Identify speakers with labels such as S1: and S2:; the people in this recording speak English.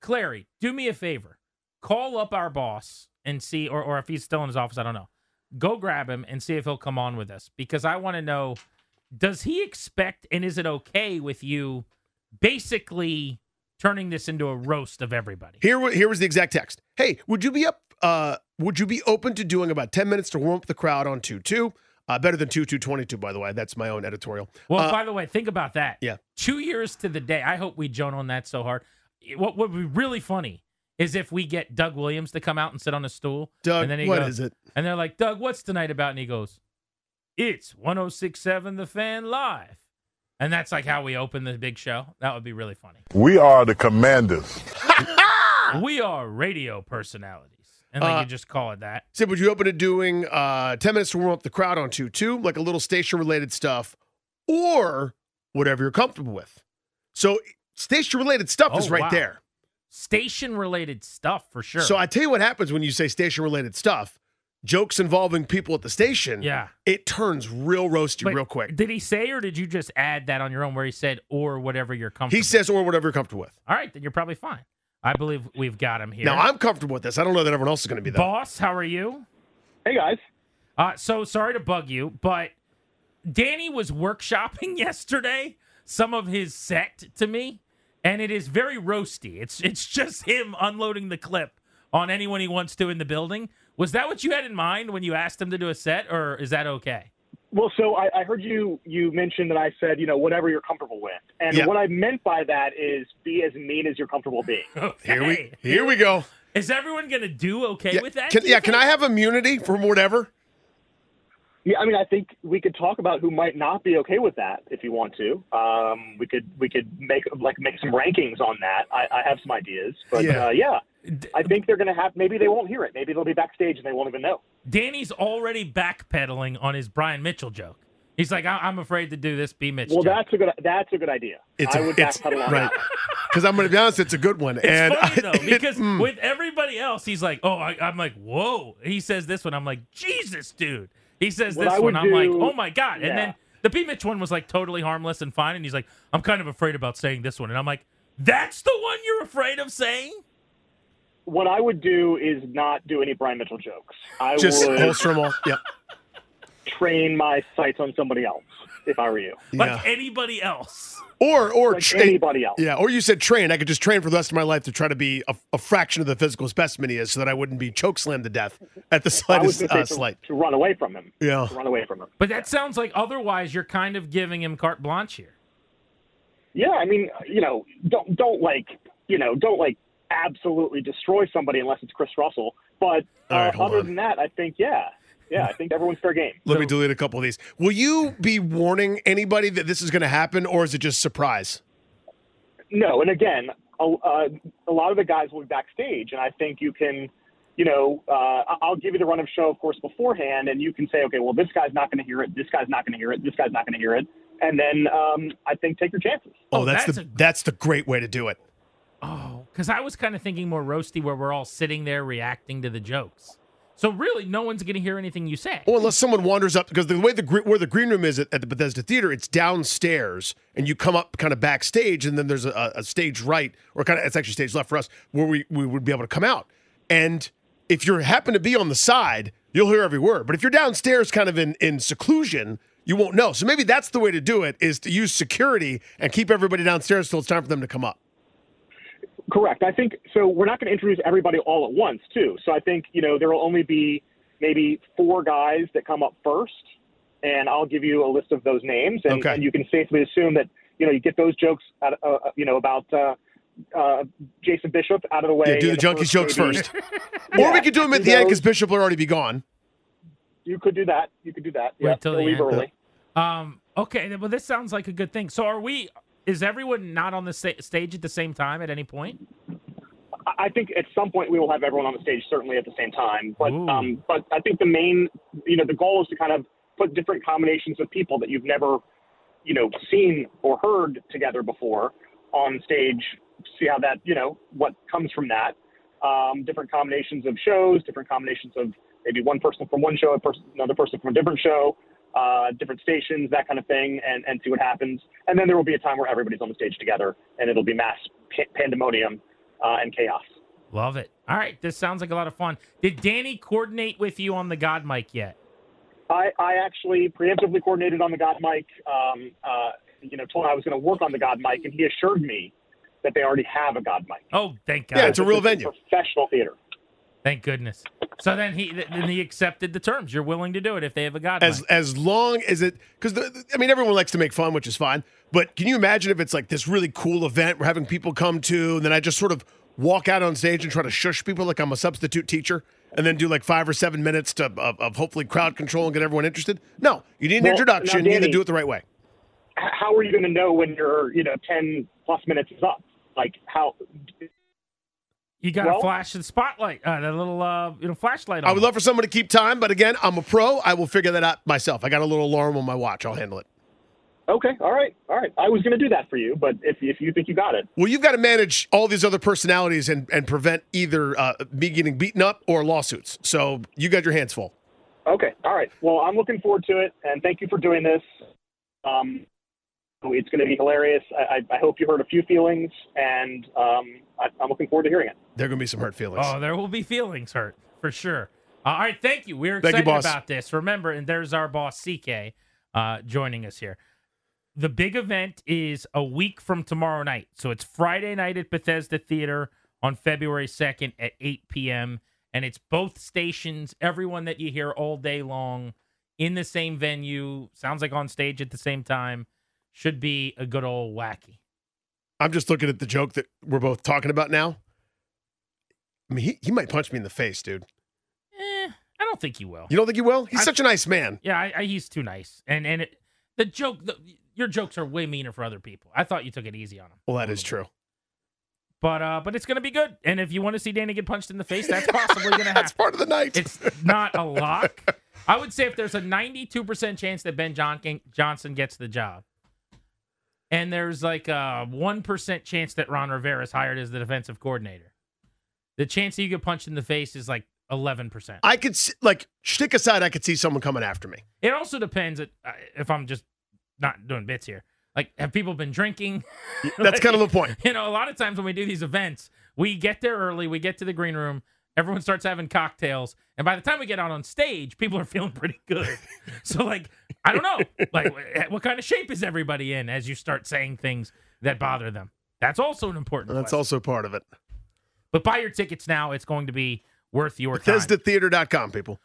S1: Clary, do me a favor. Call up our boss and see, or, or if he's still in his office, I don't know. Go grab him and see if he'll come on with us because I want to know does he expect and is it okay with you basically turning this into a roast of everybody?
S2: Here, wa- here was the exact text. Hey, would you be up? Uh, would you be open to doing about ten minutes to warm up the crowd on two two? Uh, better than two two twenty two, by the way. That's my own editorial.
S1: Well,
S2: Uh,
S1: by the way, think about that.
S2: yeah.
S1: Two years to the day. I hope we joan on that so hard. It- What would be really funny is if we get Doug Williams to come out and sit on a stool.
S2: Doug,
S1: and then he
S2: what
S1: goes,
S2: is it?
S1: And they're like, Doug, what's tonight about? And he goes, It's 1067 The Fan Live. And that's like how we open the big show. That would be really funny.
S3: We are the commanders.
S1: We are radio personalities. And like
S2: Uh,
S1: you just call it that.
S2: Said, would you open to doing uh, ten minutes to warm up the crowd on two two, like a little station related stuff, or whatever you're comfortable with? So station related stuff is
S1: Oh,
S2: right
S1: wow.
S2: there.
S1: Station related stuff for sure.
S2: So I tell you what happens when you say station related stuff. Jokes involving people at the station,
S1: Yeah.
S2: it turns real roasty
S1: But
S2: real quick.
S1: Did he say or did you just add that on your own where he said or whatever you're comfortable
S2: He says, or whatever you're comfortable with.
S1: All right, then you're probably fine. I believe we've got him here.
S2: Now I'm comfortable with this. I don't know that everyone else is going to be though.
S1: boss, how are you?
S4: Hey guys.
S1: Uh, so sorry to bug you, but Danny was workshopping yesterday some of his set to me, and it is very roasty. It's it's just him unloading the clip on anyone he wants to in the building. Was that what you had in mind when you asked him to do a set, or is that okay?
S4: Well, so I, I heard you you mentioned that I said you know whatever you're comfortable with, and
S2: Yeah.
S4: what I meant by that is be as mean as you're comfortable being.
S2: Oh, Here we
S1: Okay.
S2: here we go.
S1: is everyone gonna do okay
S2: Yeah,
S1: with that?
S2: can,
S1: do you
S2: yeah, can
S1: think?
S2: I have immunity from whatever?
S4: Yeah, I mean, I think we could talk about who might not be okay with that if you want to. Um, we could we could make like make some rankings on that. I, I have some ideas, but
S2: Yeah.
S4: yeah. Uh, yeah, I think they're going to have. Maybe they won't hear it. Maybe they'll be backstage and they won't even know.
S1: Danny's already backpedaling on his Brian Mitchell joke. He's like, I- I'm afraid to do this. Be Mitchell.
S4: Well, that's a good that's a good idea.
S2: It's
S4: I
S2: a-
S4: would
S2: it's-
S4: backpedal
S2: right.
S4: on that.
S2: Because I'm going to be honest, it's a good one. and
S1: It's funny
S2: I-
S1: though
S2: it-
S1: because
S2: mm.
S1: with everybody else, he's like, "Oh, I, I'm like, whoa." He says this one, I'm like, "Jesus, dude." He says
S4: What
S1: this
S4: I
S1: one,
S4: would
S1: I'm like,
S4: do-
S1: "Oh my god." And then
S4: yeah.
S1: the P Mitch one was like totally harmless and fine, and he's like, "I'm kind of afraid about saying this one," and I'm like, "That's the one you're afraid of saying?"
S4: What I would do is not do any Brian Mitchell jokes. I
S2: just
S4: would
S2: holster them all. Yep.
S4: train my sights on somebody else if I were you.
S1: Like
S2: Yeah.
S1: anybody else.
S2: Or or
S4: Like
S2: tra-
S4: anybody else.
S2: Yeah, or you said train. I could just train for the rest of my life to try to be a, a fraction of the physical specimen he is, so that I wouldn't be choke slammed to death at the
S4: I was
S2: slightest
S4: going
S2: uh,
S4: to say
S2: slight.
S4: to, to run away from him.
S2: Yeah.
S4: To run away from him.
S1: But that sounds like otherwise you're kind of giving him carte blanche here.
S4: Yeah, I mean, you know, don't don't like, you know, don't like absolutely destroy somebody unless it's Chris Russell. But uh,
S2: All right, hold
S4: other
S2: on.
S4: than that, I think yeah, yeah, I think everyone's fair game.
S2: Let
S1: So-
S2: me delete a couple of these. Will you be warning anybody that this is going to happen, or is it just surprise?
S4: No, and again, a, uh, a lot of the guys will be backstage, and I think you can, you know, uh, I- I'll give you the run of show, of course, beforehand, and you can say, okay, well, this guy's not going to hear it, this guy's not going to hear it, this guy's not going to hear it, and then um, I think take your chances.
S2: Oh,
S1: Oh,
S2: that's,
S1: that's
S2: the
S1: a-
S2: that's the great way to do it.
S1: Oh, because I was kind of thinking more roasty where we're all sitting there reacting to the jokes. So really no one's gonna hear anything you say.
S2: Well, unless someone wanders up, because the way the gre- where the green room is at, at the Bethesda Theater, it's downstairs, and you come up kind of backstage, and then there's a, a stage right, or kind of it's actually stage left for us, where we, we would be able to come out. And if you happen to be on the side, you'll hear every word. But if you're downstairs, kind of in in seclusion, you won't know. So maybe that's the way to do it: is to use security and keep everybody downstairs till it's time for them to come up.
S4: Correct. I think so. We're not going to introduce everybody all at once, too. So I think you know there will only be maybe four guys that come up first, and I'll give you a list of those names, and,
S2: Okay.
S4: and you can safely assume that you know you get those jokes, out, uh, uh, you know about uh, uh, Jason Bishop out of the way.
S2: Yeah, do
S4: in
S2: the junkies jokes
S4: maybe.
S2: first, or we could do them at the end because Bishop will already be gone.
S4: You could do that. You could do that.
S1: Wait
S4: Yeah,
S1: till
S4: so
S1: the
S4: leave
S1: end.
S4: early.
S1: Um. Okay. th- Well, this sounds like a good thing. So, are we? Is everyone not on the sta- stage at the same time at any point?
S4: I- I think at some point we will have everyone on the stage, certainly at the same time. But
S1: Ooh.
S4: um, but I think the main, you know, the goal is to kind of put different combinations of people that you've never, you know, seen or heard together before on stage. See how that, you know, what comes from that. Um, different combinations of shows, different combinations of maybe one person from one show, a person, another person from a different show, uh, different stations, that kind of thing, and, and see what happens. And then there will be a time where everybody's on the stage together, and it'll be mass pa- pandemonium uh, and chaos.
S1: Love it. All right, this sounds like a lot of fun. Did Danny coordinate with you on the God mic yet?
S4: I, I actually preemptively coordinated on the God mic. Um, uh, you know, told him I was going to work on the God mic, and he assured me that they already have a God mic.
S1: Oh, thank God.
S2: Yeah, it's a real venue.
S4: Professional theater.
S1: thank goodness. So then he th- then he accepted the terms. You're willing to do it if they have a God
S2: as
S1: mic.
S2: as long as it because I mean everyone likes to make fun, which is fine. But can you imagine if it's like this really cool event we're having people come to, and then I just sort of walk out on stage and try to shush people like I'm a substitute teacher, and then do like five or seven minutes to, of, of hopefully crowd control and get everyone interested? No, you need an
S4: Well,
S2: introduction. you
S4: now,
S2: need to
S4: Danny-
S2: do it the right way.
S4: H- How are you going to know when your you know ten plus minutes is up? Like how?
S1: You got to
S4: well-
S1: flash the spotlight, uh, that little uh, you know flashlight. On
S4: Uh-huh.
S2: I would love for someone to keep time, but again, I'm a pro. I will figure that out myself. I got a little alarm on my watch. I'll handle it.
S4: Okay, all right, all right. I was going to do that for you, but if if you think you got it,
S2: Well, you've got to manage all these other personalities and, and prevent either uh, me getting beaten up or lawsuits. So you got your hands full.
S4: okay, all right. Well, I'm looking forward to it, and thank you for doing this. Um, it's going to be hilarious. I, I, I hope you heard a few feelings, and um, I, I'm looking forward to hearing it.
S2: There are going to be some hurt feelings.
S1: Oh, there will be feelings hurt for sure. Uh, all right, thank you. We're
S2: Thank you,
S1: excited
S2: boss.
S1: about this. Remember, and there's our boss CK uh, joining us here. The big event is a week from tomorrow night, so it's Friday night at Bethesda Theater on February 2nd at 8 p.m. And it's both stations, everyone that you hear all day long in the same venue. Sounds like on stage at the same time. Should be a good old wacky.
S2: I'm just looking at the joke that we're both talking about now. I mean, he, he might punch me in the face, dude.
S1: Eh, I don't think you will.
S2: You don't think he will? He's
S1: I-
S2: such a nice man.
S1: Yeah, I, I, he's too nice, and and it, the joke, the, your jokes are way meaner for other people. I thought you took it easy on him,
S2: Well, that is true.
S1: but uh, but it's gonna be good. And if you want to see Danny get punched in the face, that's possibly gonna happen.
S2: That's part of the night.
S1: it's not a lock. I would say if there's a 92 percent chance that Ben Johnson Johnson gets the job, and there's like a one percent chance that Ron Rivera is hired as the defensive coordinator, the chance that you get punched in the face is like 11 percent.
S2: I could see, like shtick aside, I could see someone coming after me.
S1: It also depends at, uh, if I'm just not doing bits here. Like, have people been drinking?
S2: That's kind of the point.
S1: You know, a lot of times when we do these events, we get there early, we get to the green room, everyone starts having cocktails, and by the time we get out on stage, people are feeling pretty good. so, like, I don't know, like, wh- eh, what kind of shape is everybody in as you start saying things that bother them? That's also an important.
S2: That's
S1: That's
S2: also part of it.
S1: But buy your tickets now; it's going to be worth your time.
S2: Bethesdatheater.com, people.